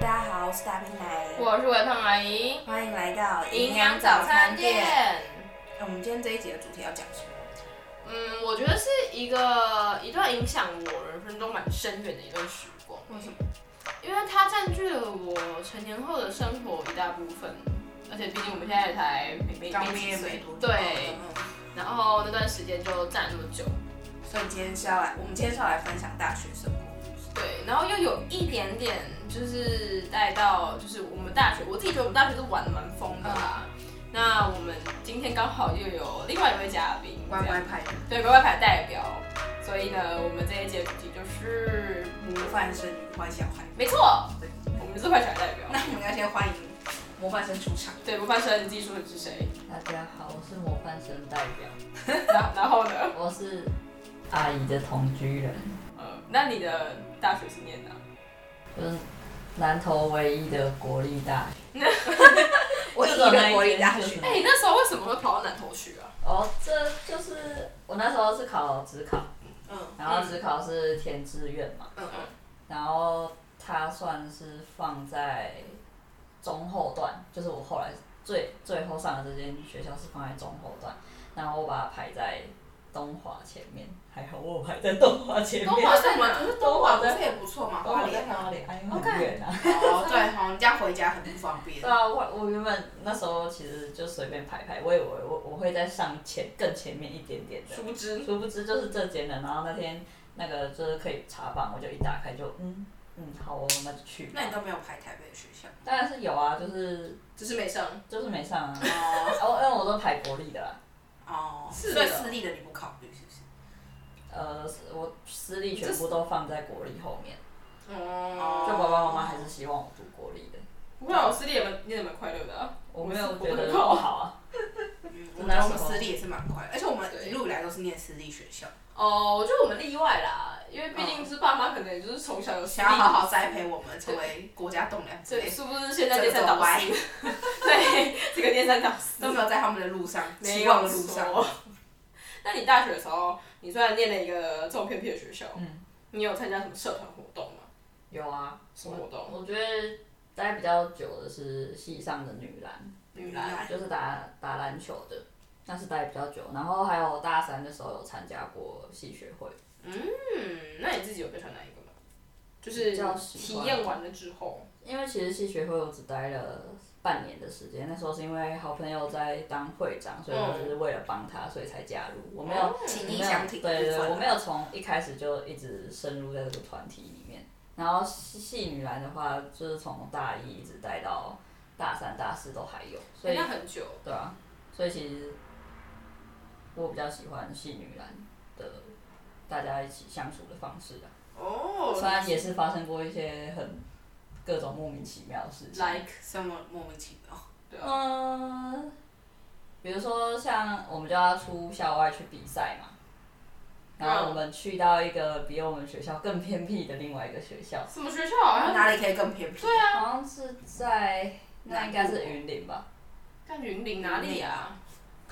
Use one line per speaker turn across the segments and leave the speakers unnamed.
大家好，我是大平奶，
我是维痛阿姨，
欢迎来到
营养早餐店。
哎我们今天这一集的主题要讲什么？
嗯，我觉得是一个一段影响我人生中蛮深远的一段时光，
为什么？
因为它占据了我成年后的生活一大部分，而且毕竟我们现在才没没
刚
没
毕
几
业没
岁
多久，
对，
嗯
然后那段时间就占了那么久，
所以今天是要来，我们今天是要来分享大学生活。
对，然后又有一点点就是带到就是我们大学，我自己觉得我们大学是玩的蛮疯的啦。那我们今天刚好又有另外一位嘉宾，
乖乖派的
对乖乖牌代表，所以呢，我们这一节主题就是，
模范生与坏小孩。
没错，
对，
我们是坏小孩代表。
那我们要先欢迎模范生出 场。
对，不范生，你自己说你是谁？
大家好，我是模范生代表，
然然后呢？
我是阿姨的同居人，
呃，那你的大学是念哪？
就是南投唯一的国立大学。
我一个国立大学，
哎、你那时候为什么会跑到南投去啊？
哦，这就是我那时候是考职考，
嗯
然后职考是填志愿嘛，
嗯嗯，
然后它算是放在中后段，就是我后来最最后上的这间学校是放在中后段，然后我把它排在东华前面，还好我有排在东华前面，
东华在哪？
是东华这也不错嘛，
东华
花
在
莲
哪
啊。
里？哎，很远啊。
哦，对，好，人家回家很不方便
对。啊，我我原本那时候其实就随便排排，我以为我我会再上前更前面一点点的，
殊不知，
殊不知就是这间的。然后那天那个就是可以查房，我就一打开就嗯嗯好哦，那就去吧。
那你都没有排台北的学校，。
当然是有啊，就是
只是没上。
就是没上啊
哦
哦，因为我都排国立的啦，
哦，
是的
所以私立的你不考虑是不是？
呃，我私立全部都放在国立后面，
哦
就爸爸妈妈还是希望我读国立的。
不会啊，我私立也蛮念的蛮快乐的啊。
我
我
没
是
有
我
觉
不
得不
考
好啊，
嗯我
真
们
的
我们
是
私立也是蛮快的，而且我们
对
一路以来都是念私立学校，
哦，我觉得我们例外啦，因为毕竟是爸妈，可能也就是从小有私立
想要好好栽培我们，成为国家栋梁之
对，
类，
殊不知现在颠三倒四， 对，这个颠三倒四
都，没有在他们的路上，
没
希
有
望的路上。。
那你大学的时候，你虽然念了一个这么偏僻的学校，
嗯
你有参加什么社团活动吗？
有啊，
什么活动？
我我觉得待比较久的是系上的女篮，女篮就是打打篮球的，那是待比较久。然后还有大三的时候有参加过系学会，
嗯，那你自己有被传哪一个吗？就是
比较习
体
惯
验完了之后，
因为其实系学会我只待了半年的时间，那时候是因为好朋友在当会长，所以我
嗯
就是为了帮他，所以才加入。我没
哦
有，
情
没
谊
有
哦相挺，
对
不
对对，
分
我没有从一开始就一直深入在这个团体里面。然后系系女篮的话，就是从大一一直待到大三、大四都还有，所以
哎那很久。
对啊，所以其实我比较喜欢系女篮的大家一起相处的方式啊。
哦
虽然也是发生过一些很各种莫名其妙的事情，
，like，
什么莫名其妙。
对啊，
嗯、比如说像我们就要出校外去比赛嘛，然后我们去到一个比我们学校更偏僻的另外一个学校，
什么学校好像
哪里可以更偏僻？
对啊，
好像是在那应该是云林吧。
干云林哪里啊？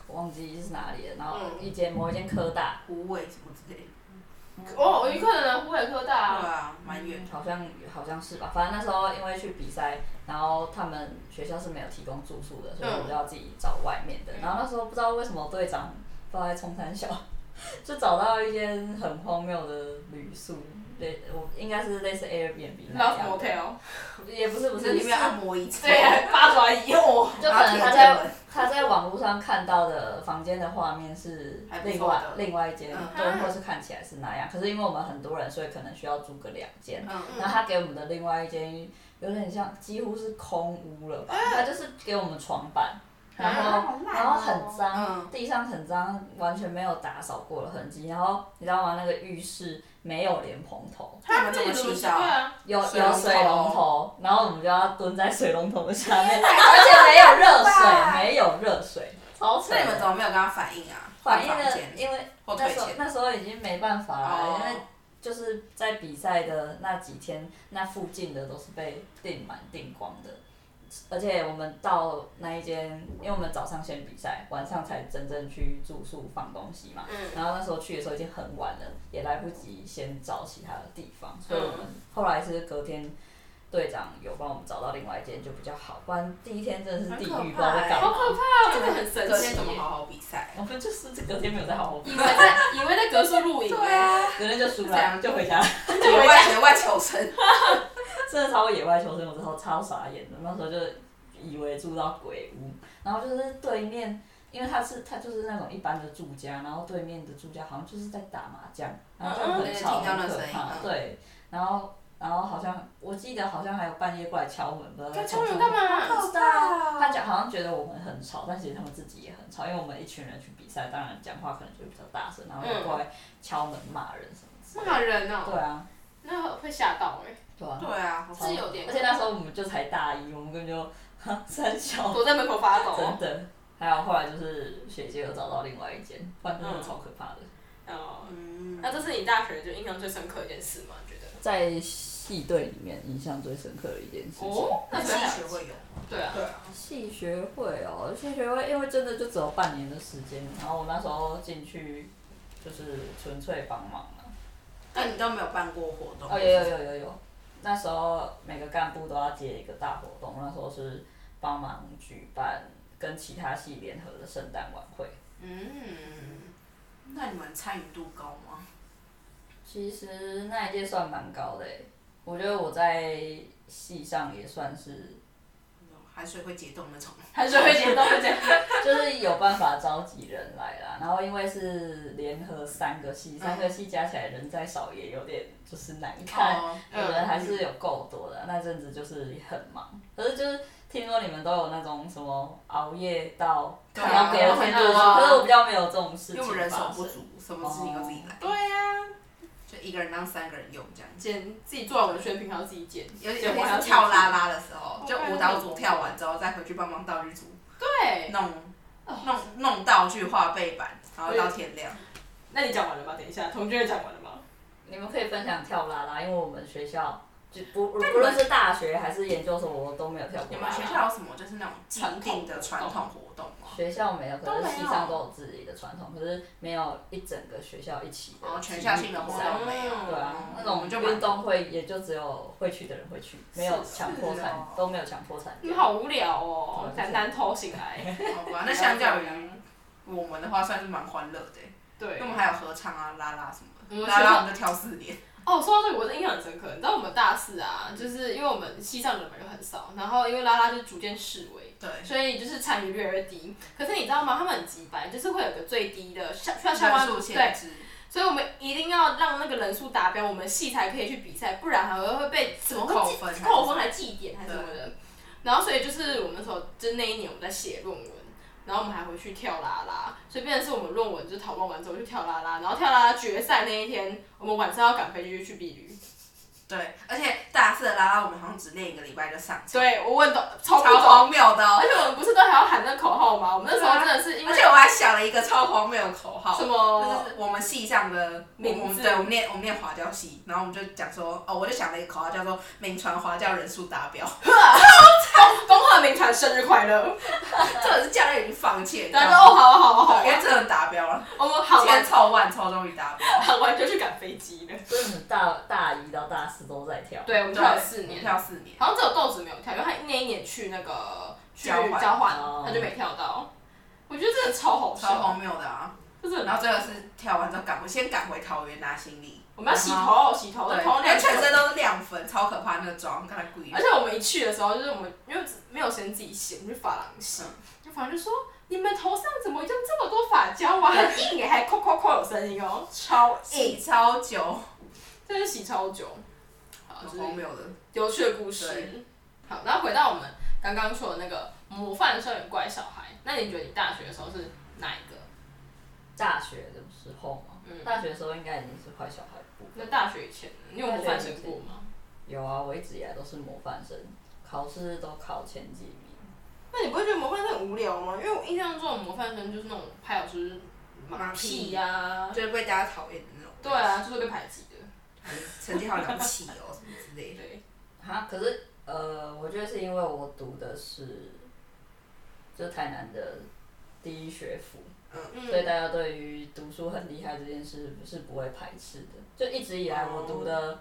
我忘记是哪里了，然后
嗯
一间某一间科大，
无尾什么之类的。
哦，有一个人湖北科大
对
啊。
啊，蛮远。
好像好像是吧，反正那时候因为去比赛，然后他们学校是没有提供住宿的，所以我们就要自己找外面的。
嗯
然后那时候不知道为什么队长不知道在冲山小， 就找到一间很荒谬的旅宿，类我应该是类似 Airbnb 那
Love
样的，
Motel，
也不是不
这
是，
里面
是
按摩椅子，
对，啊 八爪鱼哦，
嗯啊就可能他在他在网络上看到的房间的画面是
还不
另
错
外
的
另外一间，
嗯
对，或是看起来是那样。可是因为我们很多人，所以可能需要租个两间。
嗯
然后他给我们的另外一间有点像几乎是空屋了吧，他就是给我们床板，然
啊
后、
嗯好烂哦
然后很脏，
嗯
地上很脏，完全没有打扫过的痕迹。然后你知道吗？那个浴室没有连蓬头，
他们怎么洗
洗
澡
澡？对啊，
有
水
有
龙头
水龙头，然后我们就要蹲在水龙头的下面，
而
而且没有热
吧
水，没有热水，超扯
那
的。
你们怎么没有跟他反映啊？
反应
换房
的，
间
因为
或
那
退
时候
钱？
那时候已经没办法了，
哦
因为就是在比赛的那几天，那附近的都是被订满订光的，而且我们到那一间，因为我们早上先比赛，晚上才真正去住宿放东西嘛。
嗯
然后那时候去的时候已经很
嗯
晚了，也来不及先找其他的地方，所以我们后来是隔天队长有帮我们找到另外一间就比较好，不然第一天真的是地
很可
狱，不知
怕欸
道在干
好
嘛。
可怕、哦，真的很神
隔
奇
天怎么
耶。
好好比赛？
我们就是这隔天没有在好好玩，
以为在以为在格数露营，
对，啊，
隔天就输
这
了，
样
就回家了，
野啊外野外求生，
真的超野外求生，我之后超傻眼的，那时候就以为住到鬼屋，然后就是对面。因为他是他就是那种一般的住家，然后对面的住家好像就是在打麻将，然后就
嗯嗯
很吵
对听到
很
那
可
声音
怕，
嗯
对，然后然后好像我记得好像还有半夜过来敲门，不知道在
他敲
什
门
么
干嘛？
知道
他讲好像觉得我们很吵，但其实他们自己也很吵，因为我们一群人去比赛，当然讲话可能就会比较大声，然后就过来敲门骂人什么之类的。
骂人哦、
对啊，
那会吓到哎、
对啊，
对啊，好
是有点
而且那时候我们就才大一，我们根本就哈三小，
躲在门口发抖、哦
真的。还有后来就是学姐有找到另外一间，不然真的超可怕的。
哦，
嗯，
那这是你大学就印象最深刻的一件事吗？你觉得？
在系队里面印象最深刻的一件事情，
哦，那
那
所以
系
还
学会有吗？
对啊，
对啊，
系学会哦，系学会因为真的就只有半年的时间，然后我那时候进去就是纯粹帮忙嘛，
那你都没有办过活动？
哦，有有有有有，那时候每个干部都要接一个大活动，那时候是帮忙举办跟其他系联合的圣诞晚会。
嗯，那你们参与度高吗？
其实那一届算蛮高的欸，我觉得我在系上也算是，
还是会解冻那种？
还是会接到会这样。
就是有办法召集人来啦。然后因为是联合三个系，三个系加起来人再少也有点就是难看。嗯
哦，
有人还是有够多的，那阵子就是很忙。可是就是听说你们都有那种什么熬夜到
对啊
看到隔
我
天
很
就
多啊
可是我比较没有这种事
因
情
为我
发
们
生。
人手不足，什么事情都自己来，
对 啊，
就一个人当三个人用这样。
剪自己做完文宣品，还要自己剪，
有
剪
点
完还
像
要自己
跳啦啦的时候，
哦
就舞蹈组跳完之后，再回去帮忙道具组
对，
弄弄弄道具、画背板，然后到天亮。
那你讲完了吗？等一下，童军也讲完了吗？
你们可以分享跳啦啦，因为我们学校就不不论是大学还是研究所，我都没有跳
你
过啦
们
啦。
学校有什么就是那种既定的传统活动吗？
学校没有，可
都
是
没有
系上都有自己的传统，可是没有一整个学校一起的。
然后哦全校性的活动没有，
对啊，那
我
种
们就
运
蛮哦
动会也就只有会去的人会去，没有
是
强迫参
哦，
都没有强迫参加。
你们好无聊哦，
对
难难偷醒来。
好吧，啊那相较于我们的话，算是蛮欢乐的欸，因
对
为我，们还有合唱啊、啦啦什
我
么
们
的，啦
学
啦我
校
们就跳四连，
哦，说到这个，我真的印象很深刻。你知道我们大四啊，就是因为我们西藏人本来就很少，然后因为拉拉就逐渐式微，
对，
所以就是参与率越低。可是你知道吗？他们很极端，就是会有个最低的下需要下关
数
对
限，制，
所以我们一定要让那个人数达标，我们系才可以去比赛，不然还会会被什么会
扣
记
分还是
扣分还记点还是什么的。然后所以就是我们那时候就是那一年我们在写论文。然后我们还回去跳啦啦，所以变成是我们论文就是讨论完之后去跳啦啦，然后跳啦啦决赛那一天，我们晚上要赶飞机去避旅。
对，而且大四的啦啦我们好像只练一个礼拜就上场，
对，我问懂，超
超
不懂，
荒谬的哦
而，且我们不是都还要喊那口号吗？我们那时候真的是因为
而且我还想了一个超荒谬的口号，
什么
就是我们系上的我
名
们
字
对，我们念我们念华教系，然后我们就讲说，哦，我就想了一个口号叫做“名传华教人数达标
恭恭贺名传生日快乐！”，
这个是教练已经放弃了，
大家说哦，好好好好，
因为真的达标了，
我们喊
千
完
凑万凑终于达标。
喊完就去赶飞机了。
所以你们大大一到大四都在跳。
对，我们跳了四年，哦
跳四年，
好像只有豆子没有跳，因为他那一年去那个去
交换
交换
哦，
他就没跳到。我觉得真的超好
超
笑，
荒谬的 啊！
就是很
然后这个是跳完之后赶回，先赶回桃园拿行李，
我们要洗头，洗头，
对，因
头
为
两
全身都是亮粉，超可怕那个妆，看它故意
而。且我们一去的时候，就是我们因为没有时间自己洗，我们去发廊洗，就发廊就说你们头上怎么就这么多发胶啊，很硬耶，还扣扣扣有声音哦，超硬，
洗超久，
真的洗超久。好，
很
哦就是
荒谬的。
有趣的故事
对。
好，然后回到我们刚刚说的那个模范校园怪小孩，那你觉得你大学的时候是哪一个？
大学的时候嘛，
嗯
大学的时候应该已经是坏小孩部分
那大学以前呢，你有模范生过吗？
有啊，我一直以来都是模范生，考试都考前几名。
那你不会觉得模范生很无聊吗？因为我印象中的模范生就是那种拍老师马
马
屁
屁啊
呀、
就是被大家讨厌的那种。
对，啊，就是被排挤的。
成绩好了不起哦，什么之类的。
对，
哈，可是呃，我觉得是因为我读的是，就台南的第一学府，所以
嗯，
大家对于读书很厉害这件事是不会排斥的。就一直以来我读的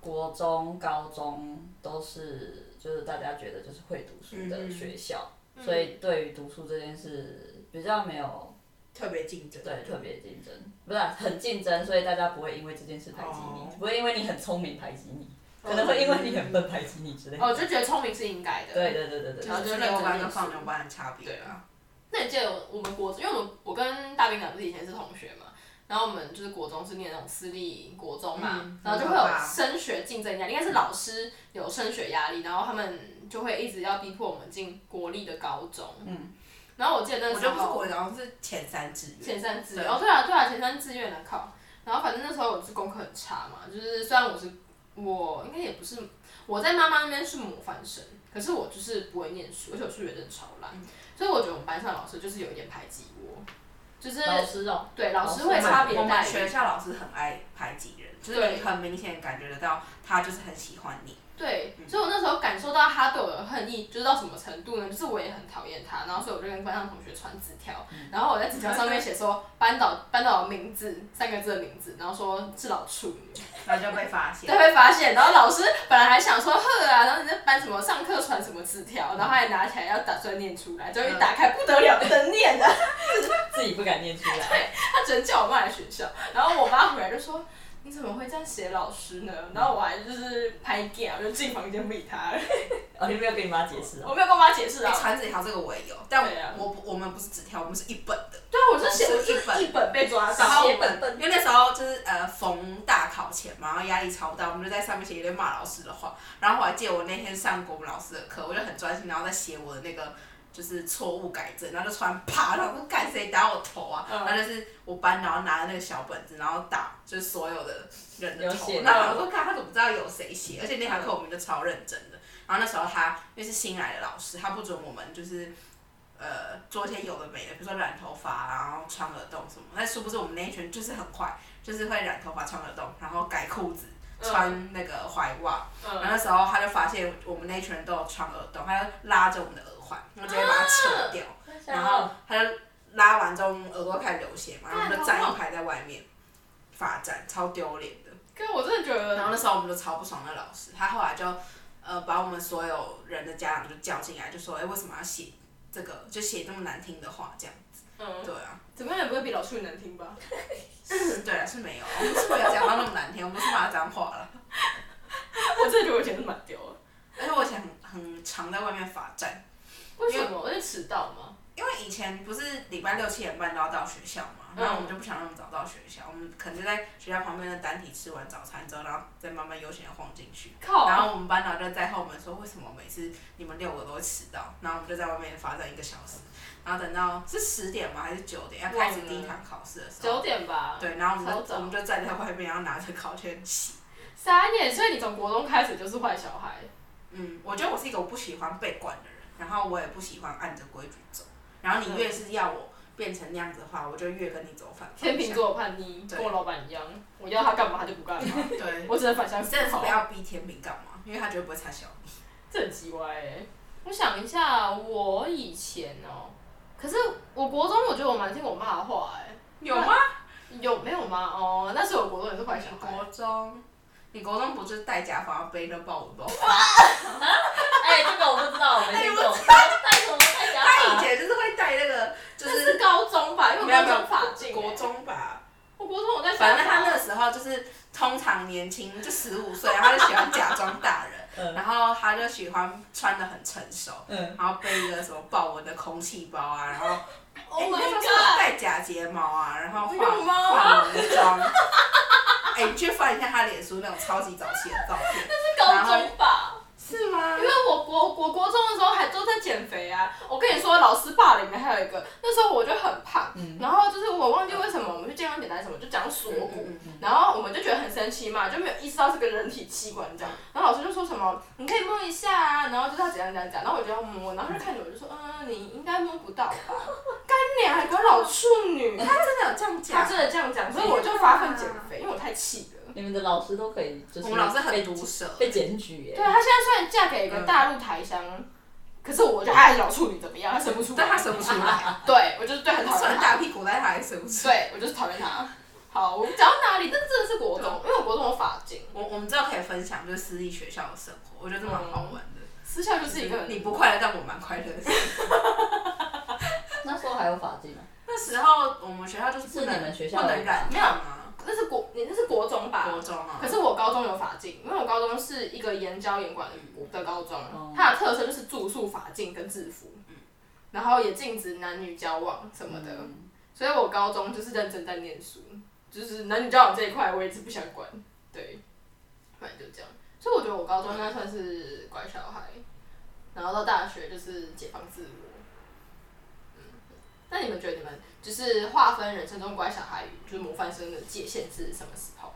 国中、高中都是就是大家觉得就是会读书的学校，所以对于读书这件事比较没有
特别竞争。
对特别竞争，不是啊、很竞争，所以大家不会因为这件事排挤你，
哦
不会因为你很聪明排挤你，
哦
可能会因为你很笨排挤你之类的。
哦，就觉得聪明是应该的。
对对对对对，
然后就是
然
六
后就
班跟放牛班的差别啊。
那你记得我们国，因为我们我跟大兵长不是以前是同学嘛，然后我们就是国中是念那种私立国中嘛，
嗯
然后就会有
很可怕
升学竞争压力，应该是老师有升学压力，然后他们就会一直要逼迫我们进国立的高中。嗯，然后我记得那
我
时
就不是
候
国中，是前三志愿。
前三志
对
愿，哦对啊对啊，前三志愿啊靠，然后反正那时候我是功课很差嘛，就是虽然我是我应该也不是我在妈妈那边是模范生，可是我就是不会念书，而且我数学真的超烂，所以我觉得我们班上老师就是有一点排挤我，就是
老师哦，
对老师
老
会
师
差别
我们
待
学
遇，
校老师很爱排挤人，就是
对
你很明显感觉得到他就是很喜欢你。
对，所以我那时候感受到他对我的恨意，就是到什么程度呢？就是我也很讨厌他，然后所以我就跟班上同学传纸条，然后我在纸条上面写说班导班导的名字三个字的名字，然后说是老处女。
然后就被发现
对，。会发现。然后老师本来还想说呵啊，然后你在班什么上课传什么纸条，然后他还拿起来要打算念出来，结果一打开不得了，不能念的。
自己不敢念出来，
他只能叫我妈来学校，然后我妈回来就说。你怎么会这样写老师呢？然后我还就是拍 gay，我就进房间不理他了。
哦，你没有跟你妈解释
我
哦，
没有跟我妈解释
哎
啊。
传纸条这个我也有，但
对啊
我不我们不是纸条，我们是一本的。
对，啊我是写我
是一本
是一本被抓
然后
到，
我们因为那时候就是呃逢大考前嘛，然后压力超大，我们就在上面写一堆骂老师的话。然后我还记得我那天上国文老师的课，我就很专心，然后在写我的那个就是错误改正，然后就突然啪，然后说干谁打我头啊？
嗯
然后就是我班，然后拿着那个小本子，然后打就是所有的人的
有
头
写。
然
到
后我说看他怎么知道有谁写，而且那堂课我们就超认真的。然后那时候他因为是新来的老师，他不准我们就是呃做一些有的没的，比如说染头发，啊然后穿耳洞什么。但殊不知我们那一群就是很坏，就是会染头发、穿耳洞，然后改裤子、
嗯
穿那个踝袜。然后
嗯，
那时候他就发现我们那一群人都有穿耳洞，他就拉着我们的耳环，然后直接把它扯掉，然后他就拉完之后我们耳朵开始流血嘛，然后我们就站一排在外面罚站，超丢脸的。
跟啊我真的觉
然后
得，
那时候我们就超不爽那老师，他后来就呃把我们所有人的家长就叫进来，就说哎、为什么要写这个，就写这么难听的话这样。
嗯，
对啊，
怎么样也不会比老处女难听吧？
对啊是没有，我们是没有讲到那么难听，我们是骂脏话了。
我真的觉得我以前是蛮丢的。
而且我以前很很常在外面罚站，
为什么？我是迟到吗？
因为以前不是礼拜六七点半都要到学校嘛，然后我们就不想那么早到学校，我们可能就在学校旁边的单体吃完早餐之后，然后再慢慢悠闲的晃进去。
靠！
然后我们班长就在后门说，为什么每次你们六个都会迟到？然后我们就在外面罚站一个小时，然后等到是十点吗？还是九点？要开始第一堂考试的时候
九。点吧。
对，然后我
超
们就
早
我们就站在外面，然后拿着考卷写。
傻眼，所以你从国中开始就是坏小孩。
嗯，我觉得我是一个我不喜欢被管的人，然后我也不喜欢按着规矩走。然后你越是要我变成那样子的话，我就越跟你走反方向。
天秤座叛逆，
对
跟我老板一样，我要他干嘛他就不干嘛，
对，
我只能反向
你
思
真的是
考
不，要逼天平干嘛，因为他绝对不会插小你。
这很奇怪哎、我想一下，我以前哦、可是我国中我觉得我蛮听我妈的话哎、有吗？有没有吗？哦，但是我国中也是坏小
你
孩。
国中，你国中不就是戴假发背那豹纹包？
哎，这个我不知道，我没听过，
哎我
带什么带假
他以
发？
前就是会戴那个，就
这
是
是高中吧，因为我
没有
高
没有
中法欸镜、
国，中吧，
我国中我在学
欸反正他
法
那个时候就是通常年轻，就十五岁，然后他就喜欢假装大 人，
嗯
然后他就喜欢穿的很成熟，
嗯，
然后背一个什么豹纹的空气包啊，然后
Oh
诶
my
那时候
God
戴假睫毛啊，然后化
有吗
化浓妆。 哎、你去翻一下他脸书那种超级早期的照片，
是高中吧。
是吗
因为我国我国中的时候还都在减肥啊，我跟你说，老师霸凌的还有一个，那时候我就很胖，
嗯
然后就是我忘记为什么我们去健康检查什么，就讲锁骨，
嗯嗯嗯
然后我们就觉得很生气嘛，就没有意识到是个人体器官这样，然后老师就说什么你可以摸一下啊，然后就是他怎样怎样讲，然后我就要摸，然后他就看着我就说，嗯，你应该摸不到吧，干娘，个老处 女，
他真的有这样
他
讲？
真的这样讲，所以我就发奋减肥，因为我太气了。
你们的老师都可以，就是
我们老师很
被
毒舌，
被检举
对，
耶，
她现在虽然嫁给一个大陆台商，可是我觉得她还是老处女怎么样？她生不出来，
但他生不出来，
对我就是对很讨
虽
厌
然
她，
大屁股，但他还生不出来。
对我就是讨厌她。好，讲到哪里？那真的是国中，因为我国中有法经，
我我们之后可以分享就是私立学校的生活，我觉得这蛮好玩的。
私校嗯就是一个很
你不快乐，但我蛮快乐的。
那时候还有法镜吗？
那时候我们学校就是不
是
能
你们学校
不能染
没有
烫啊，
那是国，你那是国中吧？
国中啊
可，是我高中有法镜，因为我高中是一个研交研管的高中，
哦
它的特色就是住宿、法镜跟制服，然后也禁止男女交往什么的，
嗯
所以我高中就是认真在念书，就是男女交往这一块我也是不想管，对，反正就这样。所以我觉得我高中应该算是乖小孩，然后到大学就是解放自我。那你们觉得你们就是划分人生中乖小孩与就是模范生的界限是什么时候？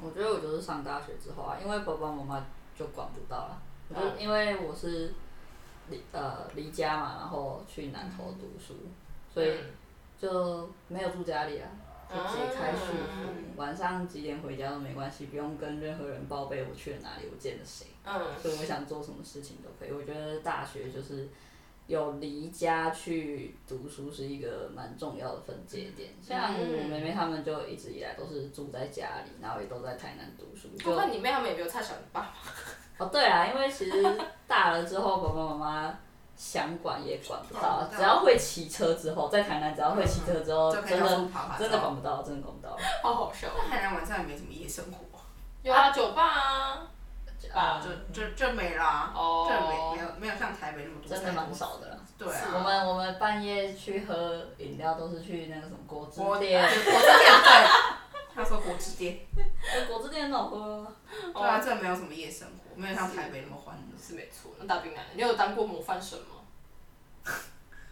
我觉得我就是上大学之后啊，因为爸爸妈妈就管不到了。我就
嗯
因为我是离呃离家嘛，然后去南投读书，所以就没有住家里啊，就直接开去
嗯
父母。晚上几点回家都没关系，不用跟任何人报备我去了哪里，我见了谁，
嗯，
所以我想做什么事情都可以。我觉得大学就是有离家去读书是一个蛮重要的分界点。
嗯
像我妹妹她们就一直以来都是住在家里，然后也都在台南读书，就
我
嗯
看你妹他们也没有差小你爸，
哦，对啊，因为其实大了之后，爸爸妈妈想管也管不到
管，不到嗯
只要会骑车之后，在台南只要会骑车之后，
就可以
真
到
的
处跑跑
真的
照
管不到，真的管不到。
好好笑。
那海南晚上也没什么夜生活
有啊，酒吧啊，
啊，
啊，
就就就没啦。
哦
就没没有没有像台北那么多，
真的蛮少的啦。
对
是
啊，
我们我们半夜去喝饮料都是去那个什么果汁
我
店，
对果汁店对，他说果汁店，
哎果汁店很好喝啊。
对啊，这没有什么夜生活，没有像台北那么欢乐。
是没错。那大饼男，你有当过模范生吗？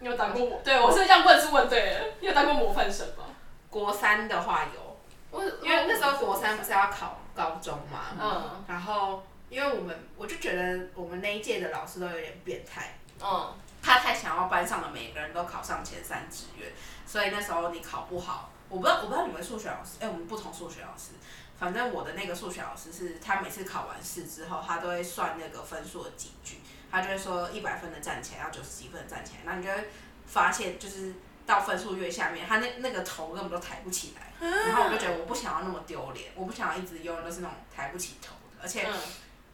你有当过模？对我是这样问是问对了。你有当过模范生吗？
国三的话有，
我
因为那时候国三不是要考高中嘛，
嗯
然后因为我们我就觉得我们那一届的老师都有点变态，
嗯
他太想要班上的每个人都考上前三志愿，所以那时候你考不好，我不知道我不知道你们数学老师，哎、我们不同数学老师，反正我的那个数学老师是他每次考完试之后，他都会算那个分数的几句，他就会说一百分的站起来，要九十几分的站起来，那你就会发现就是。到分数越下面，他那那个头根本都抬不起来，然后我就觉得我不想要那么丢脸，我不想要一直用的是那种抬不起头的，而且
嗯，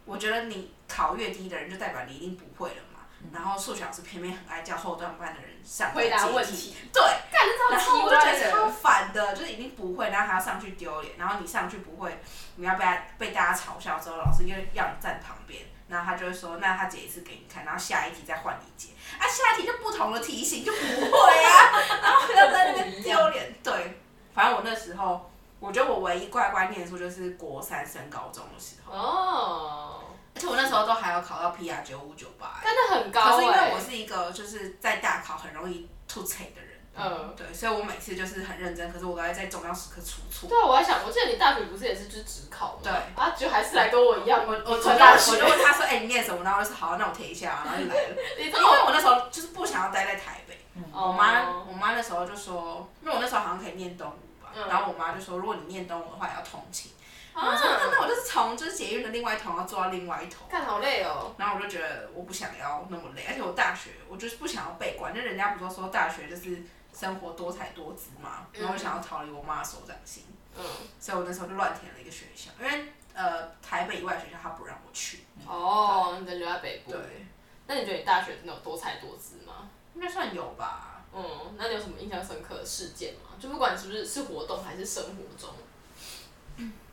我觉得你考越低的人，就代表你一定不会了嘛。然后数学老师偏偏很爱叫后段班的人上
回答
台阶
问
梯，
题，
对，
干这
然后
超
我
奇
就觉
怪
得超
的。
烦的，就是一定不会，然后还要上去丢脸，然后你上去不会，你要被他被大家嘲笑之后，老师又要你站旁边，然后他就会说，那他解一次给你看，然后下一题再换你解，啊，下一题就不同的题型就不会啊，然后要在那边丢脸，对，反正我那时候，我觉得我唯一乖乖念书就是国三升高中的时候。
哦，
而且我那时候都还有考到 PR 九五九八，
干的很
可
高
是因为
哎
我。是一个就是在大考很容易出错的人，
嗯，
对，所以我每次就是很认真，可是我都会在重要时刻出错。
对啊，我还想，我记得你大学不是也是就是只考吗？
对
啊，就还是来跟我一样，我
我
我
就
从大
我
学
就，问他说：“哎、你念什么？”然后我就说：“好，那我填一下啊。”然后就来 了。
你知
因为
道
我那时候就是不想要待在台北，
我
我妈
哦
我妈那时候就说，因为我那时候好像可以念东吴吧，
嗯
然后我妈就说，如果你念东吴的话，也要通勤。然后我说：“那
啊，
那我就是从就是捷运的另外一头，然后坐到另外一头。”
干好累哦。
然后我就觉得我不想要那么累，而且我大学我就是不想要被管，就人家不都说大学就是生活多彩多姿嘛，然后我想要逃离我妈的手掌心，
嗯，
所以我那时候就乱填了一个学校，因为呃台北以外的学校他不让我去，
哦，你的留在北部。
对，
那你觉得你大学真的有多才多姿吗？
应该算有吧。
嗯，那你有什么印象深刻的事件吗？就不管是不是是活动还是生活中，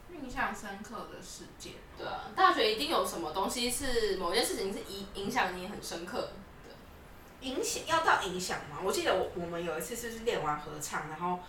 印象深刻的事件，
对啊，大学一定有什么东西是某件事情是影影响你很深刻的。
影响要到影响吗？我记得我我们有一次是不是练完合唱，然后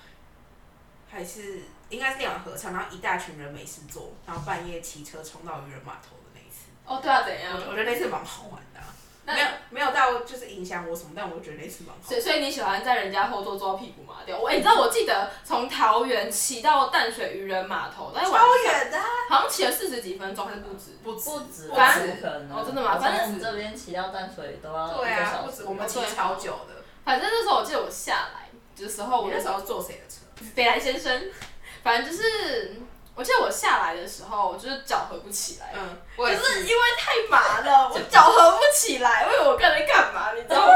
还是应该是练完合唱，然后一大群人没事做，然后半夜骑车冲到渔人码头的那一次。
哦，对啊，怎样
我？我觉得那次蛮好玩的啊、
那
没有没有到就是影响我什么，但我觉得那次蛮好
所
玩
以，所以你喜欢在人家后座坐到屁股麻掉？我、欸你知道我记得从桃园骑到淡水渔人码头，但是晚
超
上
远的啊、
好像骑了四十几分钟还是不止。
不止
不止，
反
正
不可能。
哦真的吗
我
反正
从我们这边骑到淡水都要
对
一个
啊，
小
不
时
止，我
哦
们骑超久的。哦
反正那时候我记得我下来的时候，
我
我
那
那
时候坐谁的车？
北兰先生，反正就是我记得我下来的时候，我就是脚合不起来，
嗯，
就
我也
是因为太麻了，我脚合不起来，我以为我刚才干嘛，你知道吗？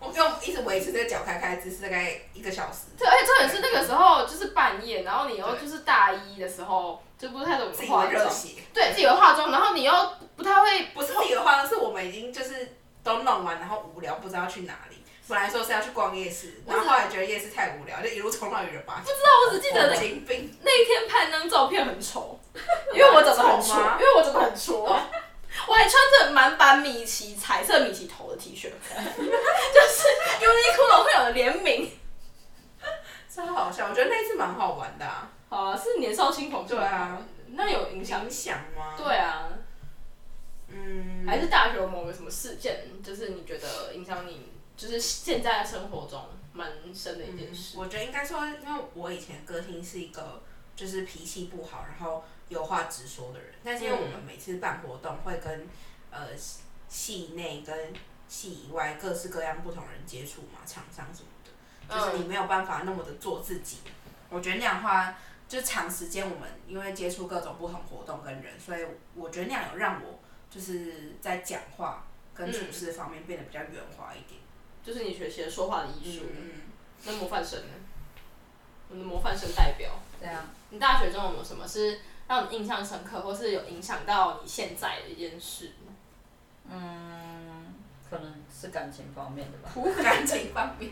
我因为我们一直围维持这个脚开开的姿势大概一个小时，
对，而且重点是那个时候就是半夜，然后你又就是大一的时候就不太懂
自己
化
会热
妆，
血，
对自己会化妆，然后你又不太会，
不是自己的话，是我们已经就是都弄完，然后无聊不知道去哪里。本来说是要去逛夜市，
我
然
知道
后后来觉得夜市太无聊，就一路冲到愚人吧。
那我只记得那
神经病，
那一天拍那张照片很 丑，因为我长得很
丑
挫
吗，
因为我长得很挫，我还穿着满版米奇彩色米奇头的 T 恤，就是优衣库的会有的联名。
超好笑。我觉得那一次蛮好玩的、啊，
好啊，是年少轻狂，
对啊，
那有影响
影。响吗？，
对啊，
嗯，
还是大学有某个什么事件，就是你觉得影响你，就是现在生活中蛮深的一件事。
嗯我觉得应该说，因为我以前个性是一个就是脾气不好，然后有话直说的人。但是因为
嗯
我们每次办活动会跟呃系内跟系以外各式各样不同人接触嘛，厂商什么的，就是
嗯
你没有办法那么的做自己。我觉得那样的话，就长时间我们因为接触各种不同活动跟人，所以我觉得那样有让我就是在讲话跟
嗯
处事方面变得比较圆滑一点。
就是你学习了说话的艺术。
嗯
那模范生呢？我们的模范生代表。
这样
你大学中有没有什么是让你印象深刻，或是有影响到你现在的一件事？
可能是感情方面的吧。
嗯，感情方面。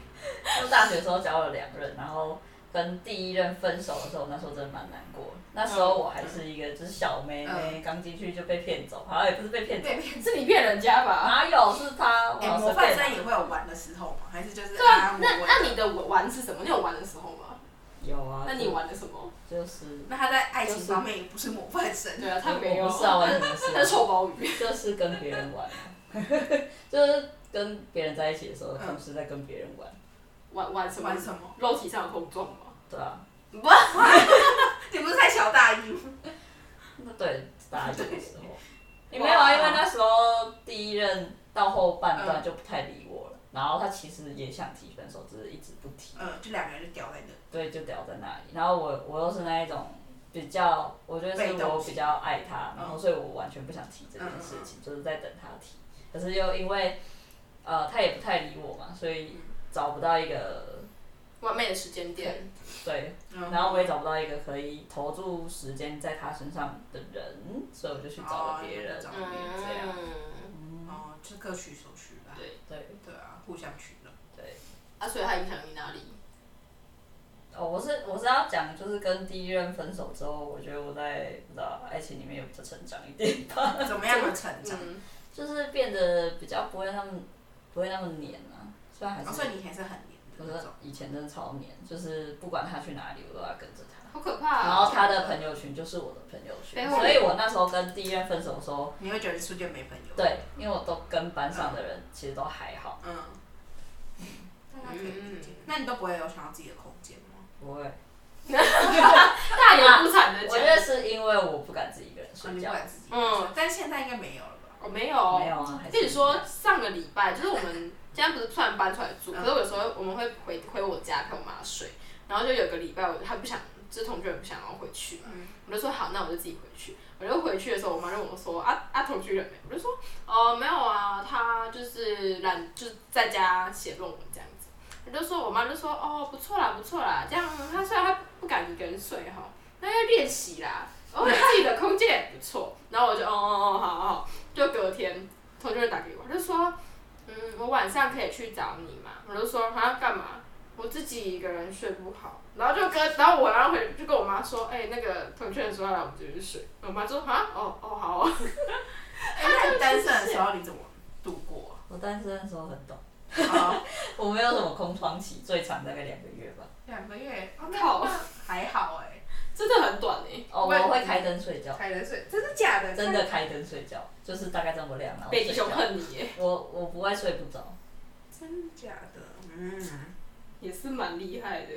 就大学的时候交了两任，然后跟第一任分手的时候，那时候真的蛮难过的。那时候我还是一个就是小妹妹，刚进去就被骗走，好像也不是被骗走，
是你骗人家吧？
哪有是他，我
哎、
好
模
像
范
被骗
生也会有玩的时候吗？还是就是
对啊，
我
那
我
那你的玩是什么？你有玩的时候吗？
有啊，
那你玩的什么？
就是
那他在爱情方面也不是模范生，
对啊，他没有。
我不 是啊，玩什么
他是
事啊？
臭鲍鱼。
就是跟别人玩啊， 就是跟别人在一起的时
嗯
候，同时在跟别人玩，
玩玩什么？
玩什么？
肉体上的碰撞吗？
对啊，
不，
你不是才小大一吗？
那对大学的时 候，你没有啊？因为那时候第一任到后半
嗯
段就不太理我了，然后他其实也想提分手，只是一直不提，
嗯，就两个人就屌在那，
对，就屌在那里。然后我我又是那一种比较，我觉得
被
是
动
我
型
比较爱他，然后
嗯
所以我完全不想提这件事情，就是在等他提。可是又因为呃他也不太理我嘛，所
嗯
以找不到一个
完美的时间点。
对，
嗯
然后我也找不到一个可以投注时间在他身上的人，所以我就去找了别人
哦。找别人
嗯
这样，哦，就各取所需吧。
对
对
对啊，互相取乐。
对。
啊，所以它影响你哪里？
哦，我是我是要讲，就是跟第一任分手之后，我觉得我在不知道爱情里面有比较成长一点吧，
怎么样的成长？
嗯，
就是变得比较不会那么不会那么黏啊，虽然还
哦，
是、
所以你还是很黏的
我
那
说
种。
以前真的超黏，就是不管他去哪里，我都要跟着他。
好可怕、啊。
然后他的朋友圈就是我的朋友圈，
哎
背后
所以我那时候跟第一任分手的时候，
你会觉得瞬间没朋友。，
对，因为我都跟班上的人其实都还好，
嗯。
嗯
大家可以理解。那你都不会有想要自己的空间吗？
不会。
大言不惭的
我觉
讲，
得是因为我不敢自己一个人
哦
睡
你
觉
不，敢自己。
嗯。
但现在应该没有了吧？
我哦没有，
哦
没有啊还是
跟你说，上个礼拜就是我们现在不是突然搬出来住，
嗯
可是我有时候我们会回回我家陪我妈睡，然后就有个礼拜我她不想，就是同学不想要回去嘛，
嗯
我就说好，那我就自己回去。我就回去的时候，我妈就问我说啊啊，同居人没？我就说哦、呃没有啊，她就是懒，就是在家写论文这样子。我就说，我妈就说哦不错啦不错啦，这样她虽然她不敢一个人睡哈，那要练习啦，然后自己的空间也不错。然后我就哦哦哦好好好，就隔天同学就打给我，就说嗯我晚上可以去找你嘛，我就说她干嘛？我自己一个人睡不好，然后就跟，然后我然后回就跟我妈说，哎、那个同学说要来我们这边睡，我妈说啊，哦哦好啊，
哎，那你单身的时候你怎么度过 啊？
我单身的时候很懂，
哦
我没有什么空窗期，最长大概两个月吧。
两个月，哦，
靠
那还好哎、
真的很短哎、
哦，
我也
我会开灯睡觉，
开了睡，真的假的？
真的开灯睡觉，就是大概这么亮，然后
北
睡
极
觉
熊。恨你耶，
我我不会睡不着，
真的假的？嗯，
也是蛮厉害的。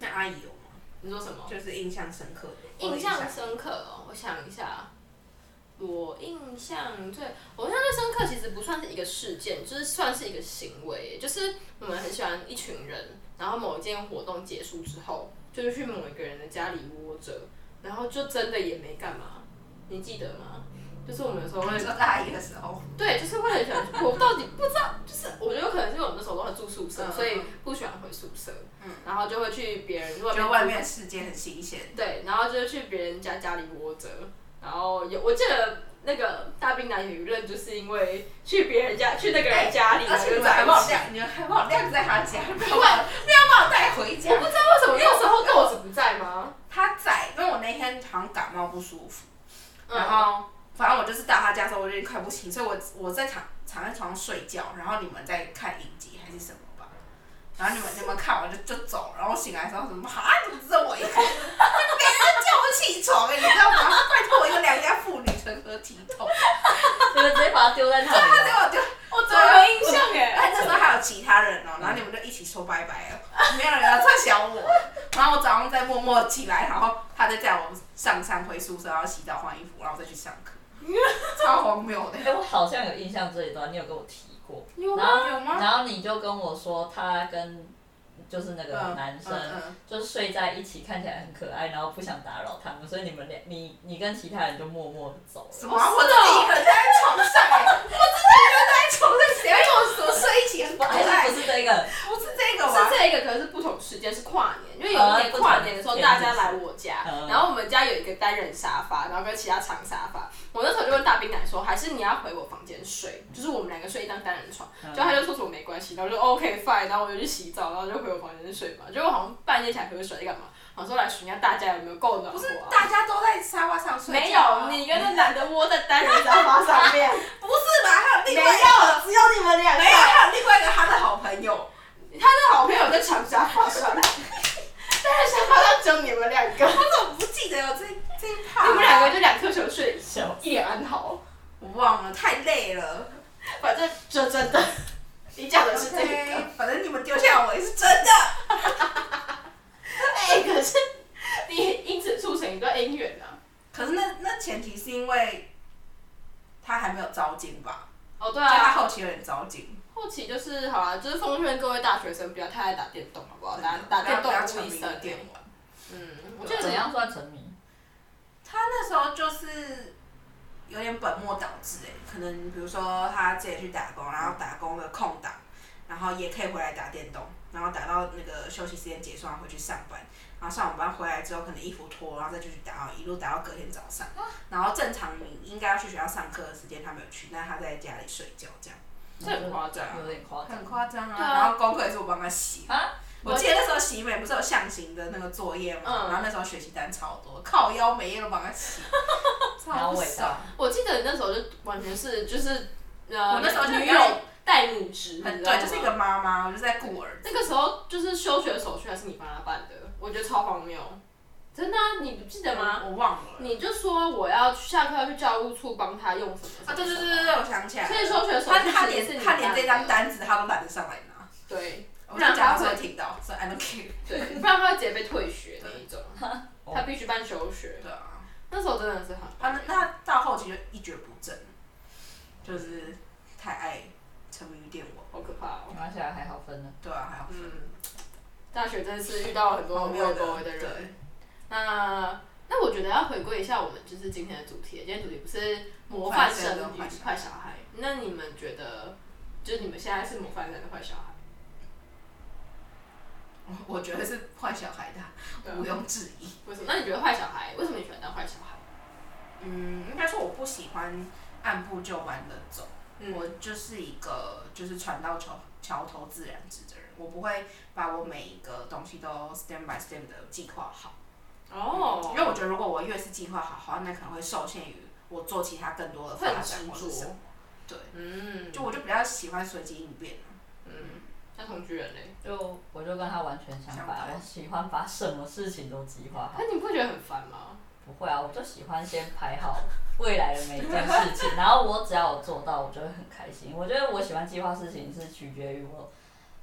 那阿姨有吗？
你说什么？
就是印象深刻的，
印象深刻哦，我想一下，我印象最我印象最深刻其实不算是一个事件，就是算是一个行为，就是我们很喜欢一群人，然后某一件活动结束之后，就是去某一个人的家里窝着，然后就真的也没干嘛，你记得吗？就是我们有时候
我
会
们说大一的时候，
对，就是会很喜欢。我到底不知道，就是我觉得有可能是因为我们那时候都很住宿舍，嗯就去别人家家里窝着，然后有我记得那个大兵男有一任就是因为去别人家去那个人家里，
哎而且
就
你还把我
起。
晾，你还把我晾在他家，没有把我没有把我带回家
我。不知道为什么那时候豆子不在吗？
他在，因为我那天好像感冒不舒服，
嗯
然后反正我就是到他家的时候我有点快不行，所以我我在躺躺在床上睡觉，然后你们在看影集还是什么吧，然后你们你们看完就就走，然后我醒来的时候怎么啊怎么只有我一个人，别人都叫我起床、欸、你知道吗？拜托我一个良家妇女成何体 统？
你们直接把它丢在那里啊
结果
了。
就
我怎么没印象哎？
哎，那时候还有其他人哦、然后你们就一起说拜拜哦了，没有人要再想我。然后我早上再默默起来，然后他再叫我上山回宿舍，然后洗澡换衣服，然后再去上课，超荒谬的。
哎、我好像有印象这一段，你有跟我提过。
有
然后
有吗
然后你就跟我说，他跟就是那个男生、
哦
嗯嗯
就是睡在一起，看起来很可爱，然后不想打扰他们，所以你们俩，你你跟其他人就默默的走
什
了。
么啊？我自己一个人在床上哎、我自己一个人在床上，谁要跟我睡一起？很可
还
爱
是， 不是这个？
不是这个吧
欸是？这个，可能是不同时间，是跨年，因为有一
呃
年跨年的时候，大家来我家，
嗯
然后我们家有一个单人沙发，然后跟其他长沙发。我那时候就问大兵奶说，还是你要回我房间睡，就是我们两个睡一张单人床。就他就说什么没关系，然后我就 OK fine，然后我就去洗澡，然后就回我房间睡嘛。结果好像半夜起来喝水干嘛？好像说来询一下大家有没有够暖和、啊。啊
不是大家都在沙发上睡
没
觉
有，
吗
你跟那男的窝在单人沙发上 面，
不是吧？还有
没
另
有
外一个，，
只有你们两个
没有，还有另外一个他的好朋友。
他的好朋友在长沙发上，单人沙发上只有你们两个，
我怎么不记得有这这一啊趴、
你们两个就两颗球睡
笑，
一脸安好，
我忘了，太累了。
反正这真的，你讲的是这
OK，
个，
反正你们丢下我也是真的。
哎，可是你因此促成一段姻缘啊。
可是那那前提是因为他还没有招进吧？
哦，对
就他后期有点招进，
后期就是好啦，就是奉劝各位大学生不要太爱打电动，好不好？打打
不要啊
电
不
动
要
误
沉
一
迷
生
于
欸。
电玩。
嗯，我
我
记
觉
得
得怎样算沉迷？
他那时候就是有点本末倒置哎、可能比如说他自己去打工，然后打工的空档，然后也可以回来打电动，然后打到那个休息时间结束，然后回去上班，然后上完班回来之后，可能衣服脱，然后再继续打，哦然后一路打到隔天早 上。然后正常你应该要去学校上课的时间他没有去，但他在家里睡觉这样，
这很夸张
有点夸张
很夸张啊。
对啊
然后功课也是我帮他写。
啊！
我记得那时候洗美不是有象形的那个作业嘛，
嗯
然后那时候学习单超多，靠腰每页都帮他 洗，
然
超
后
不
伟
爽
大。，
我记得那时候就完全是就是呃，
我那时候就
女
有
友带母职，你
很
知道吗
对，就是一个妈妈，我就在顾儿子。
那个时候就是休学手续还是你帮他办的，我觉得超荒谬，真的啊、你不记得吗？
我忘了。
你就说我要去下课要去教务处帮他用什么
啊，对对对
对
对对，我想起来了。
所以休学手
他
续
他
其实是
连
你
他连这张
办的
单子他都懒得上来拿，
对
我
不
就
然
讲
他
的时
会
候听到，所以 I don't care。
对，不然他会直接被退学那 一种，他必须办休学。
对啊，
那时候真的是很
他哦那那到后期就一蹶不振，就是太爱沉迷于电玩。
好可怕哦。
马起来还好分呢。
对啊，还好分。
嗯，大学真的是遇到了很多
荒
很
谬
多
的
的人。那那我觉得要回归一下我们就是今天的主题，今天主题不是模范生与坏小孩。那你们觉得，就是你们现在是模范生的坏小孩？
我我觉得是坏小孩的，
对啊
毋庸置疑。
为什么？那你觉得坏小孩？为什么你喜欢当坏小孩？
嗯，应该说我不喜欢按部就班的走，
嗯
我就是一个就是船到桥桥头自然直的人，我不会把我每一个东西都 stand by stand 的计划好，
哦
因为我觉得如果我越是计划好，好那可能会受限于我做其他更多的发
嗯会很
展
执
或是什么，对，
嗯，
就我就比较喜欢随机应变啊。
嗯，那同居人嘞？
就我就跟他完全相
相
反，啊
反
我喜欢把什么事情都计划好
那。你不觉得很烦吗？
不会啊，我就喜欢先排好未来的每一件事情，然后我只要有做到，我就会很开心。我觉得我喜欢计划事情是取决于我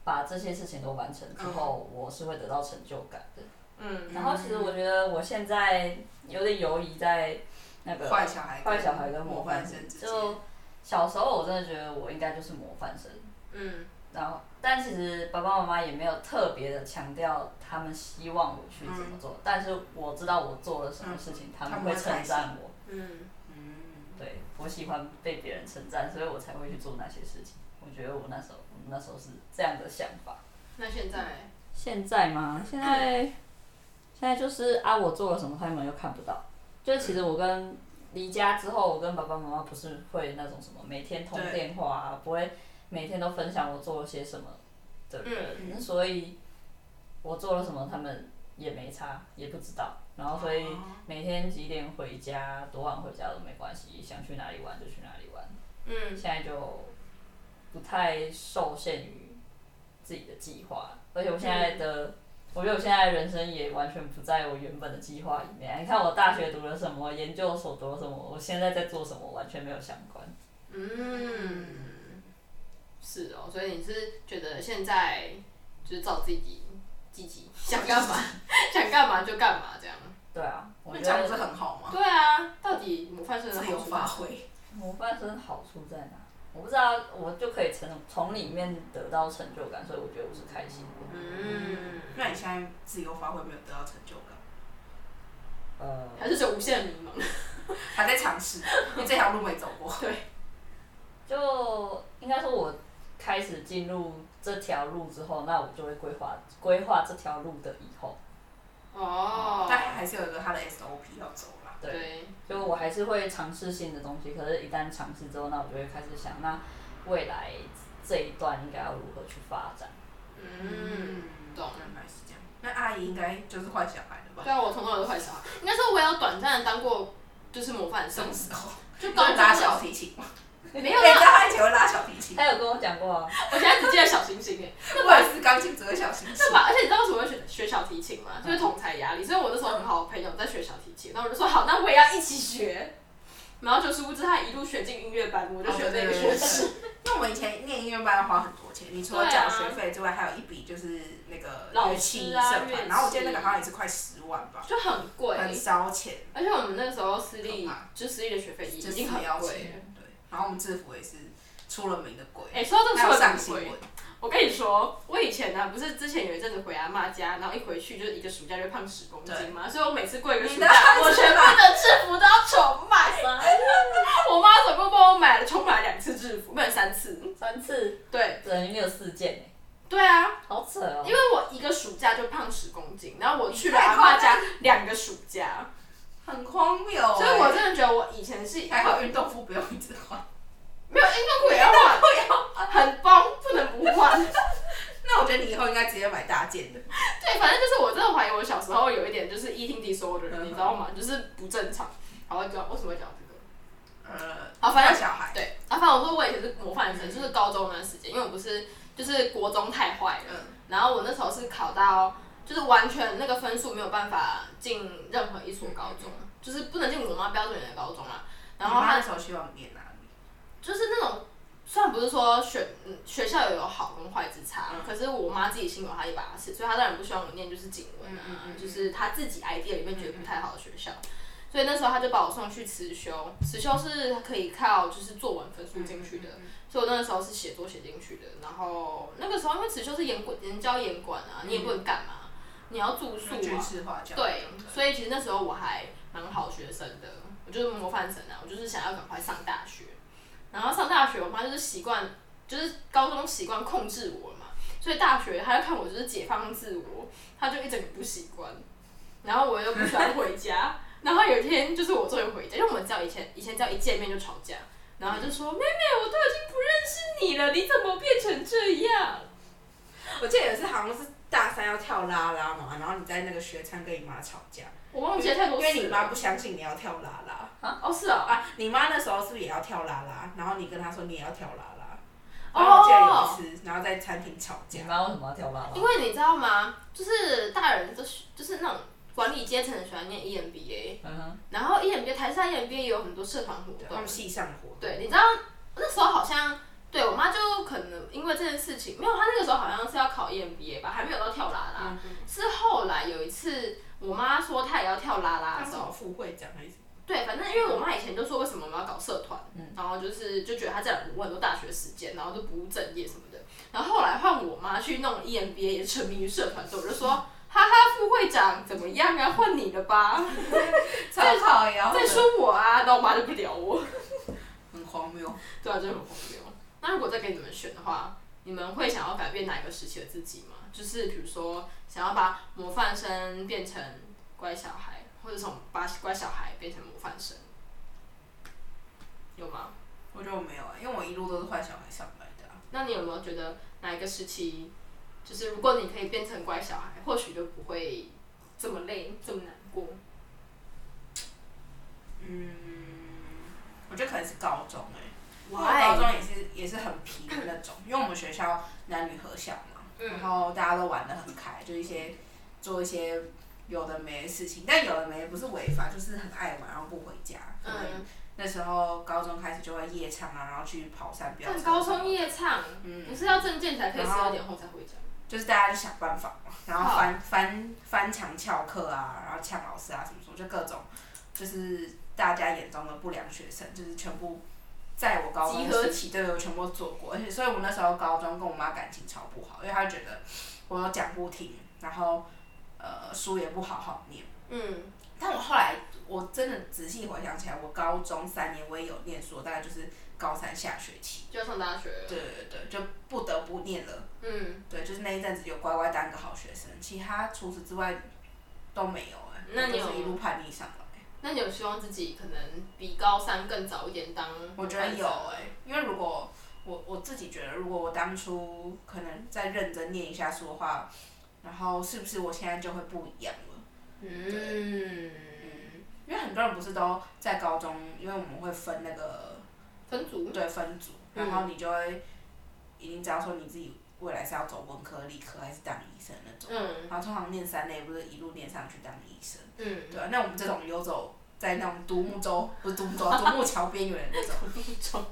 把这些事情都完成之后，我是会得到成就感的。
嗯
然后其实我觉得我现在有点犹疑在那个
嗯坏小孩跟
坏小孩跟模
模
范
范
生
生之间，
就小时候我真的觉得我应该就是模范生，
嗯
然后，但其实爸爸妈妈也没有特别的强调他们希望我去怎么做，但是我知道我做了什么事情，嗯他们会称赞我。
嗯，
嗯，
对我喜欢被别人称赞，所以我才会去做那些事情。我觉得我那时候，我那时候是这样的想法。
那现在嘞
现在吗？现在现在就是啊，我做了什么，他们又看不到。就是其实我跟离家之后，我跟爸爸妈妈不是会那种什么每天通电话啊，不会每天都分享我做了些什么的人，所以我做了什么，他们也没差，也不知道。然后
哦
所以
哦
每天几点回家，多晚回家都没关系，想去哪里玩就去哪里玩。
嗯，
现在就不太受限于自己的计划，而且我现在的，
嗯
我觉得我现在的人生也完全不在我原本的计划里面。你看我大学读了什么，研究所读了什么，我现在在做什么，完全没有相关。
嗯，是哦，所以你是觉得现在就是照自己积极想干嘛想干嘛就干嘛这样？
对啊，我
那
觉
讲不是
得
很好吗？
对啊，到底模范生的
自
好
由
处
发
吗？
挥，
模范生好处在哪？我不知道，我就可以从从里面得到成就感，所以我觉得我是开心的。
嗯，
那你现在自由发挥没有得到成就感，
呃，
还是就无限迷茫？
还在尝 试，因为这条路没走过。
就应该说，我开始进入这条路之后，那我就会规划规划这条路的以后。
哦，
但还是有一个他的 SOP 要走啦。
对
对，
就我还是会尝试新的东西，可是，一旦尝试之后，那我就会开始想，那未来这一段应该要如何去发展？
嗯。懂
原来是这样。那阿姨应该就是坏小孩了吧？
对啊，我从小就坏小孩，应该说我有短暂的当过就是模范
什
生
么，时候？
就
就
高中
拉嗯
的
小提琴吗？
没
你
有
知道
啦，
他以前会拉小提琴，
他有跟我讲过啊，
我现在只记得小星星哎，
我也是钢琴只会小提琴。
是吧？而且你知道为什么会学学小提琴吗？就是同才压力，所以我那时候很好的朋友在学小提琴，然后我就说好，那我也要一起学。然后就殊不知他一路学进音乐班，我就学那个
哦
学期。
那我们以前念音乐班要花很多钱，你除了
对啊
缴学费之外，还有一笔就是那个
老
乐器
师啊
社
乐器
团，然后我记得那个好像也是快十万吧，
就很贵，
很烧钱，
而且我们那个时候私立
可怕
就私立的学费已
就
经
是
很
要
贵了。
钱。对，然后我们制服也是出了名的贵，
哎、说到这个
还有
说
上
很
新
贵
闻，，
欸我跟你说，我以前呢、不是之前有一阵子回阿妈家，然后一回去就是一个暑假就胖十公斤嘛，所以我每次过一个暑
你
假
的，孩子
我全部的制服都要重买。我妈总共帮我买了重买了两次制服，没有三次。
三次
对
等于没有四件欸
对啊，
好扯哦
因。为我一个暑假就胖十公斤，然后我去了
太
阿妈
夸张
家两个暑假，
很荒谬欸。
所以我真的觉得我以前是
还好运动服不用一直换。
没有运动裤也要换，啊很崩，不能不换。
那我觉得你以后应该直接买大件的，
对，反正就是我真的怀疑我小时候有一点就是 eating disorder，你知道吗？就是不正常。好，我讲为什么会讲这个？
呃，
好哦反正
小孩，
对，啊，反正我说我以前是模范生，就是高中那段时间，因为我不是就是国中太坏了，
嗯
然后我那时候是考到就是完全那个分数没有办法进任何一所高中，就是不能进我妈标准的高中啦。然后
你妈
他
那时候希望你念哪里？
就是那种，虽然不是说学嗯学校也有好跟坏之差，可是我妈自己心有她一把尺，所以她当然不希望我念就是景文啊，
嗯嗯嗯嗯
就是她自己 idea 里面觉得不太好的学校。所以那时候她就把我送去辞修，辞修是可以靠就是作文
嗯
分数进去的，所以我那个时候是写作写进去的。然后那个时候因为辞修是严管严教严管啊，你也不能干嘛，你要住宿
就
啊
军，事化教育。
对，所以其实那时候我还蛮好学生的，我就是模范生啊，我就是想要赶快上大学。然后上大学，我妈就是习惯，就是高中习惯控制我嘛，所以大学她就看我就是解放自我，她就一整个不习惯。然后我又不喜欢回家， 然后有一天就是我终于回家，因为我们只要以前以前只要一见面就吵架，然后她就说：“妹妹，我都已经不认识你了，你怎么变成这样？”
我记得有一次好像是大三要跳啦啦嘛，然后你在那个学餐跟你妈吵架，
我忘记了太多
因
次了。
为你妈不相信你要跳啦啦
哦，是哦，
啊，你妈那时候是不是也要跳啦啦？然后你跟她说你也要跳啦啦，
哦
然后我记得有一次，然后在餐厅吵架
你，妈为什么要跳芭
因
蕾？
为你知道吗？就是大人就是就是那种管理阶层喜欢念 E EMBA，
嗯哼，
然后 E EMBA 台下 EMBA 也有很多社团活
对他
动
们。系上活动，
对，你知道那时候好像对我妈就可能因为这件事情，没有她那个时候好像是要考 E EMBA 吧，还没有到跳啦啦。是后来有一次我妈说她也要跳啦啦
他
的
是
时
什
候
么，副会长还是什么？
对，反正因为我妈以前就说为什么我们要搞社团，然后就是就觉得她这样我很多大学时间，然后就不务正业什么的。然后后来换我妈去弄 E EMBA，也沉迷于社团，所以我就说，哈哈，副会长怎么样啊？换你了吧，
超好呀
再说我啊。然后我妈就不聊我，
很荒谬。
对啊，就很荒谬。那如果再给你们选的话，你们会想要改变哪一个时期的自己吗？就是比如说，想要把模范生变成乖小孩，或者从把乖小孩变成模范生，有吗？
我觉得我没有啊，因为我一路都是坏小孩上来的啊、
那你有没有觉得哪一个时期，就是如果你可以变成乖小孩，或许就不会这么累，这么难过？
嗯我觉得可能是高中哎、因为我高中也是也是很皮的那种，因为我们学校男女合校嘛，然
嗯
后大家都玩得很开，就一些做一些有的没的事情，但有的没的不是违法，就是很爱玩，然后不回家。可能
嗯，
那时候高中开始就会夜唱啊，然后去跑山飙车。
但高中夜唱，
嗯
你是要证件才可以十
然后
二点后才回家？
就是大家就想办法嘛，然后翻翻翻墙翘课啊，然后呛老师啊什么什么，就各种就是大家眼中的不良学生，就是全部在我高中
集合
时期，对对，我全部都做过，而且所以我那时候高中跟我妈感情超不好，因为她觉得我讲不听，然后呃书也不好好念，
嗯，
但我后来我真的仔细回想起来，我高中三年我也有念书，大概就是高三下学期，
就要上大学了。
对对对，就不得不念了。
嗯，
对，就是那一阵子有乖乖当个好学生，其他除此之外都没有哎、
那你
我就是
有
一路叛逆上来？
那你有希望自己可能比高三更早一点当？
我觉得有哎、因为如果我我自己觉得，如果我当初可能再认真念一下书的话，然后是不是我现在就会不一样了？
嗯，
因为很多人不是都在高中，因为我们会分那个
分组。
对分组，
嗯
然后你就会已经知道说你自己未来是要走文科、理科还是当医生那种。
嗯
然后通常念三类不是一路念上去当医生。
嗯，
对啊，那我们这种游走在那种独木舟，不是独木舟，啊独木桥边缘的那种，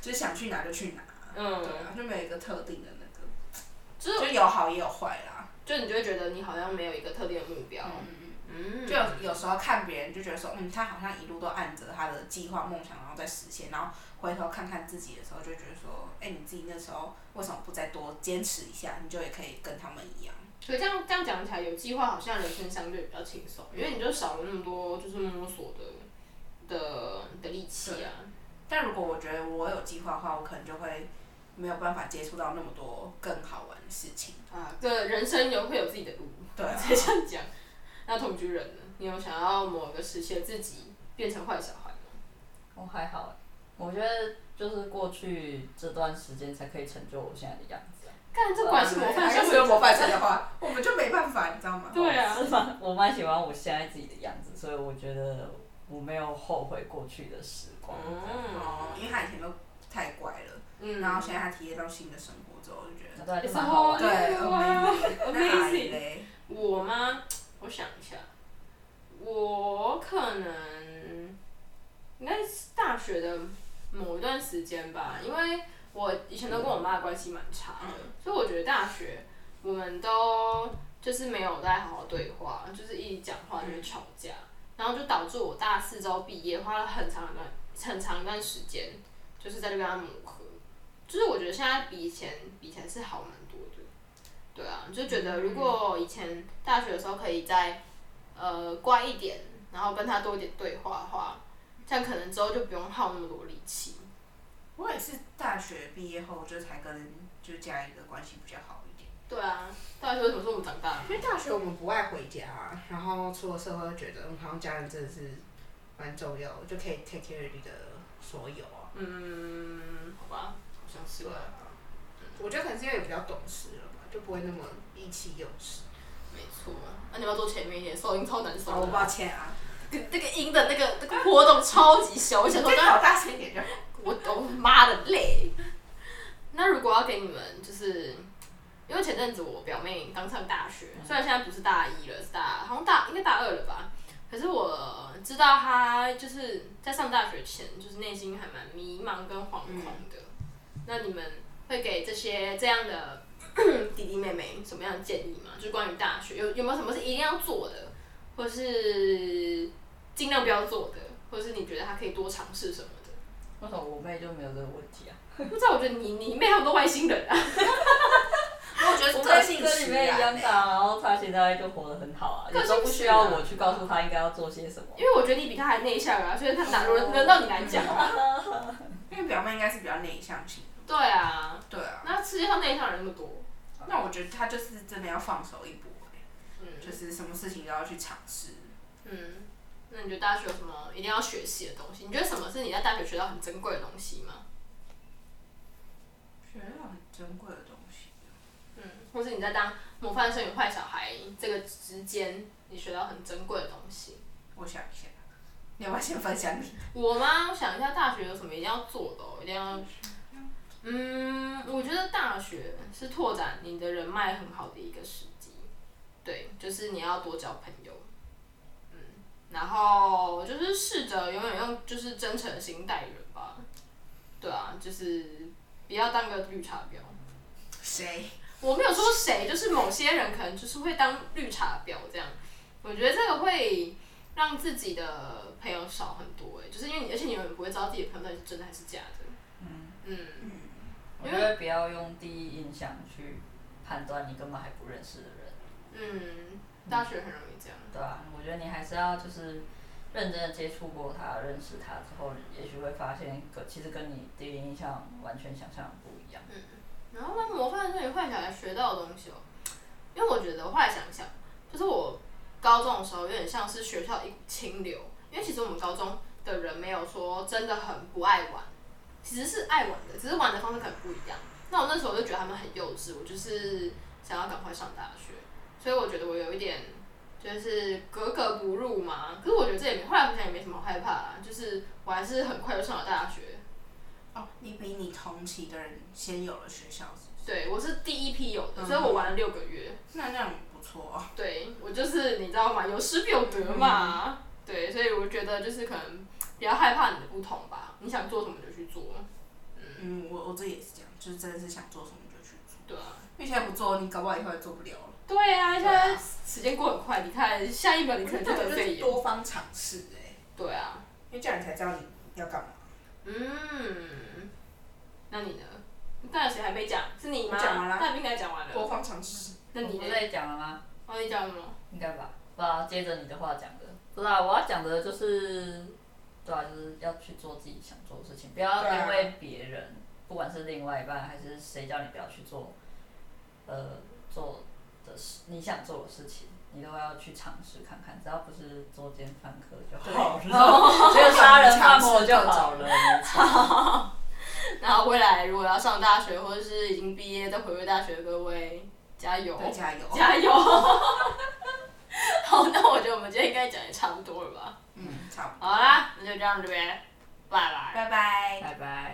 就是想去哪就去哪，对
嗯，
啊，就没有一个特定的那
就是
个，就有好也有坏啦。
就你就会觉得你好像没有一个特定的目标。嗯，
就有有时候看别人就觉得说，嗯，他好像一路都按着他的计划、梦想，然后在实现，然后回头看看自己的时候，就觉得说，哎、你自己那时候为什么不再多坚持一下，你就也可以跟他们一样。
所以这样这样讲起来，有计划好像人生相对比较轻松，因为你就少了那么多就是摸索的的的力气啊。
但如果我觉得我有计划的话，我可能就会没有办法接触到那么多更好玩的事情。
啊，对，人生有会有自己的路，
对啊
直接这样讲。那同居人呢？你有想要某个时期的自己变成坏小孩吗？
我还好，欸我觉得就是过去这段时间才可以成就我现在的样 子啊。
干，这管是模范
还
生，
是有模范生的话，我们就没办法，你知道吗？
对啊，
是吗？我蛮喜欢我现在自己的样子，所以我觉得我没有后悔过去的时光。
哦，因为他以前都太乖了，
嗯，
然后现在他体验到新的生活之后，我就觉
那
得
段就
It's
蛮好
a
玩的。
对
whole new
那阿姨
world，amazing。
嘞，
我吗？我想一下，我可能应该是大学的某一段时间吧，因为我以前都跟我妈的关系蛮差的，所以我觉得大学我们都就是没有在好好对话，就是一讲话就会吵架，然后就导致我大四之后毕业花了很长一段很长一段时间，就是在这边磨合。就是我觉得现在比以前比以前是好蛮多的，对啊，就觉得如果以前大学的时候可以再呃乖一点，然后跟他多一点对话的话，这样可能之后就不用耗那么多力气。
我也是大学毕业后就才跟就家里的关系比较好一点，
对啊，大学为什么说我们长大了？
因为大学我们不爱回家啊，然后出了社会就觉得嗯好像家人真的是蛮重要的，就可以 take care 你的所有啊。
嗯，好吧，好像是吧，
我觉得可能是因为也比较懂事了吧，就不会那么意气用事。
没错。那、你要不要坐前面一点，收音超难收
好，我
的。
抱歉啊，
跟那个音的那个那个波动超级小，我想说
最
刚
好大声一点就好。
我懂妈的累。那如果要给你们，就是因为前阵子我表妹刚上大学，虽然现在不是大一了，是大好像大应该大二了吧。可是我知道她就是在上大学前，就是内心还蛮迷茫跟惶恐的。那你们会给这些这样的弟弟妹妹什么样的建议吗？就是关于大学有有没有什么是一定要做的，或是尽量不要做的，或是你觉得她可以多尝试什么的？
为什么我妹就没有这个问题啊？
不知道，我觉得你你妹他们都外星人啊。
我觉得
我跟
个性
跟你
使
妹一
然
样
欸
大，然后她现在就活得很好啊，也都不需要我去告诉她应该要做些什么。
因为我觉得你比他嗯还内向啊，所以他哪轮轮到你来讲啊？
因为表妹应该是比较内向型的，
对啊，
对啊，
那世界上内向人那么多，
那我觉得他就是真的要放手一搏、欸，
嗯
就是什么事情都要去尝试。
嗯，那你觉得大学有什么一定要学习的东西？你觉得什么是你在大学学到很珍贵的东西吗？
学到很珍贵的东西，
嗯，或是你在当模范生与坏小孩这个之间，你学到很珍贵的东西？
我想一下，你要不要先分享你？
我吗？我想一下，大学有什么一定要做的、哦，一定要。嗯，我觉得大学是拓展你的人脉很好的一个时机，对，就是你要多交朋友，嗯，然后就是试着永远用就是真诚的心待人吧，对啊，就是不要当个绿茶婊。
谁？
我没有说谁，就是某些人可能就是会当绿茶婊这样。我觉得这个会让自己的朋友少很多、欸，就是因为你，而且你永远不会知道自己的朋友到底是真的还是假的。
嗯，
嗯，
我觉得不要用第一印象去判断你根本还不认识的人，
嗯，大学很容易这样。
对吧、我觉得你还是要就是认真的接触过他，认识他之后，也许会发现跟其实跟你第一印象完全想象的不一样。
然后那模范生与坏小孩学到的东西哦，因为我觉得我后来想一想，就是我高中的时候有点像是学校一股清流，因为其实我们高中的人没有说真的很不爱玩，其实是爱玩的，只是玩的方式可能不一样。那我那时候就觉得他们很幼稚，我就是想要赶快上大学，所以我觉得我有一点就是格格不入嘛。可是我觉得这也没，后来好像也没什么害怕啦，就是我还是很快就上了大学。
哦，你比你同期的人先有了学校，
对，我是第一批有的，
嗯
所以我玩了六个月。
那那样不错、哦。
对我就是你知道吗？有失必有得嘛。对，所以我觉得就是可能比较害怕你的不同吧，你想做什么就去做。
嗯，我我自己也是这样，就是真的是想做什么就去做，
对啊，
因为现在不做，你搞不好以后也做不了了。
对啊，现在时间过很快，你看下一秒你可能就得肺炎。
多方尝试哎，
对啊，
因为这样你才知道你要干嘛。
嗯，那你呢？大学还没讲，是你吗？
我讲完了
大兵应该讲完了。
多方尝试，
那
我
你
不
呢
是？也讲了吗？
哦，你讲什么？
应该吧？不知道，接着你的话讲的，不知道我要讲的就是，对啊，就是要去做自己想做的事情，不要
对啊
因为别人，不管是另外一半还是谁叫你不要去做，呃，做的事你想做的事情，你都要去尝试看看，只要不是作奸犯科就好 了，没有杀人放火就好了，没错。
然后未来如果要上大学或者是已经毕业再回归大学的各位，加油！
对，加油。
加油！ 好，那我觉得我们今天应该讲也差不多了吧？
嗯，差不多。
好啦，那就这样这边，拜拜。
拜拜。
拜拜。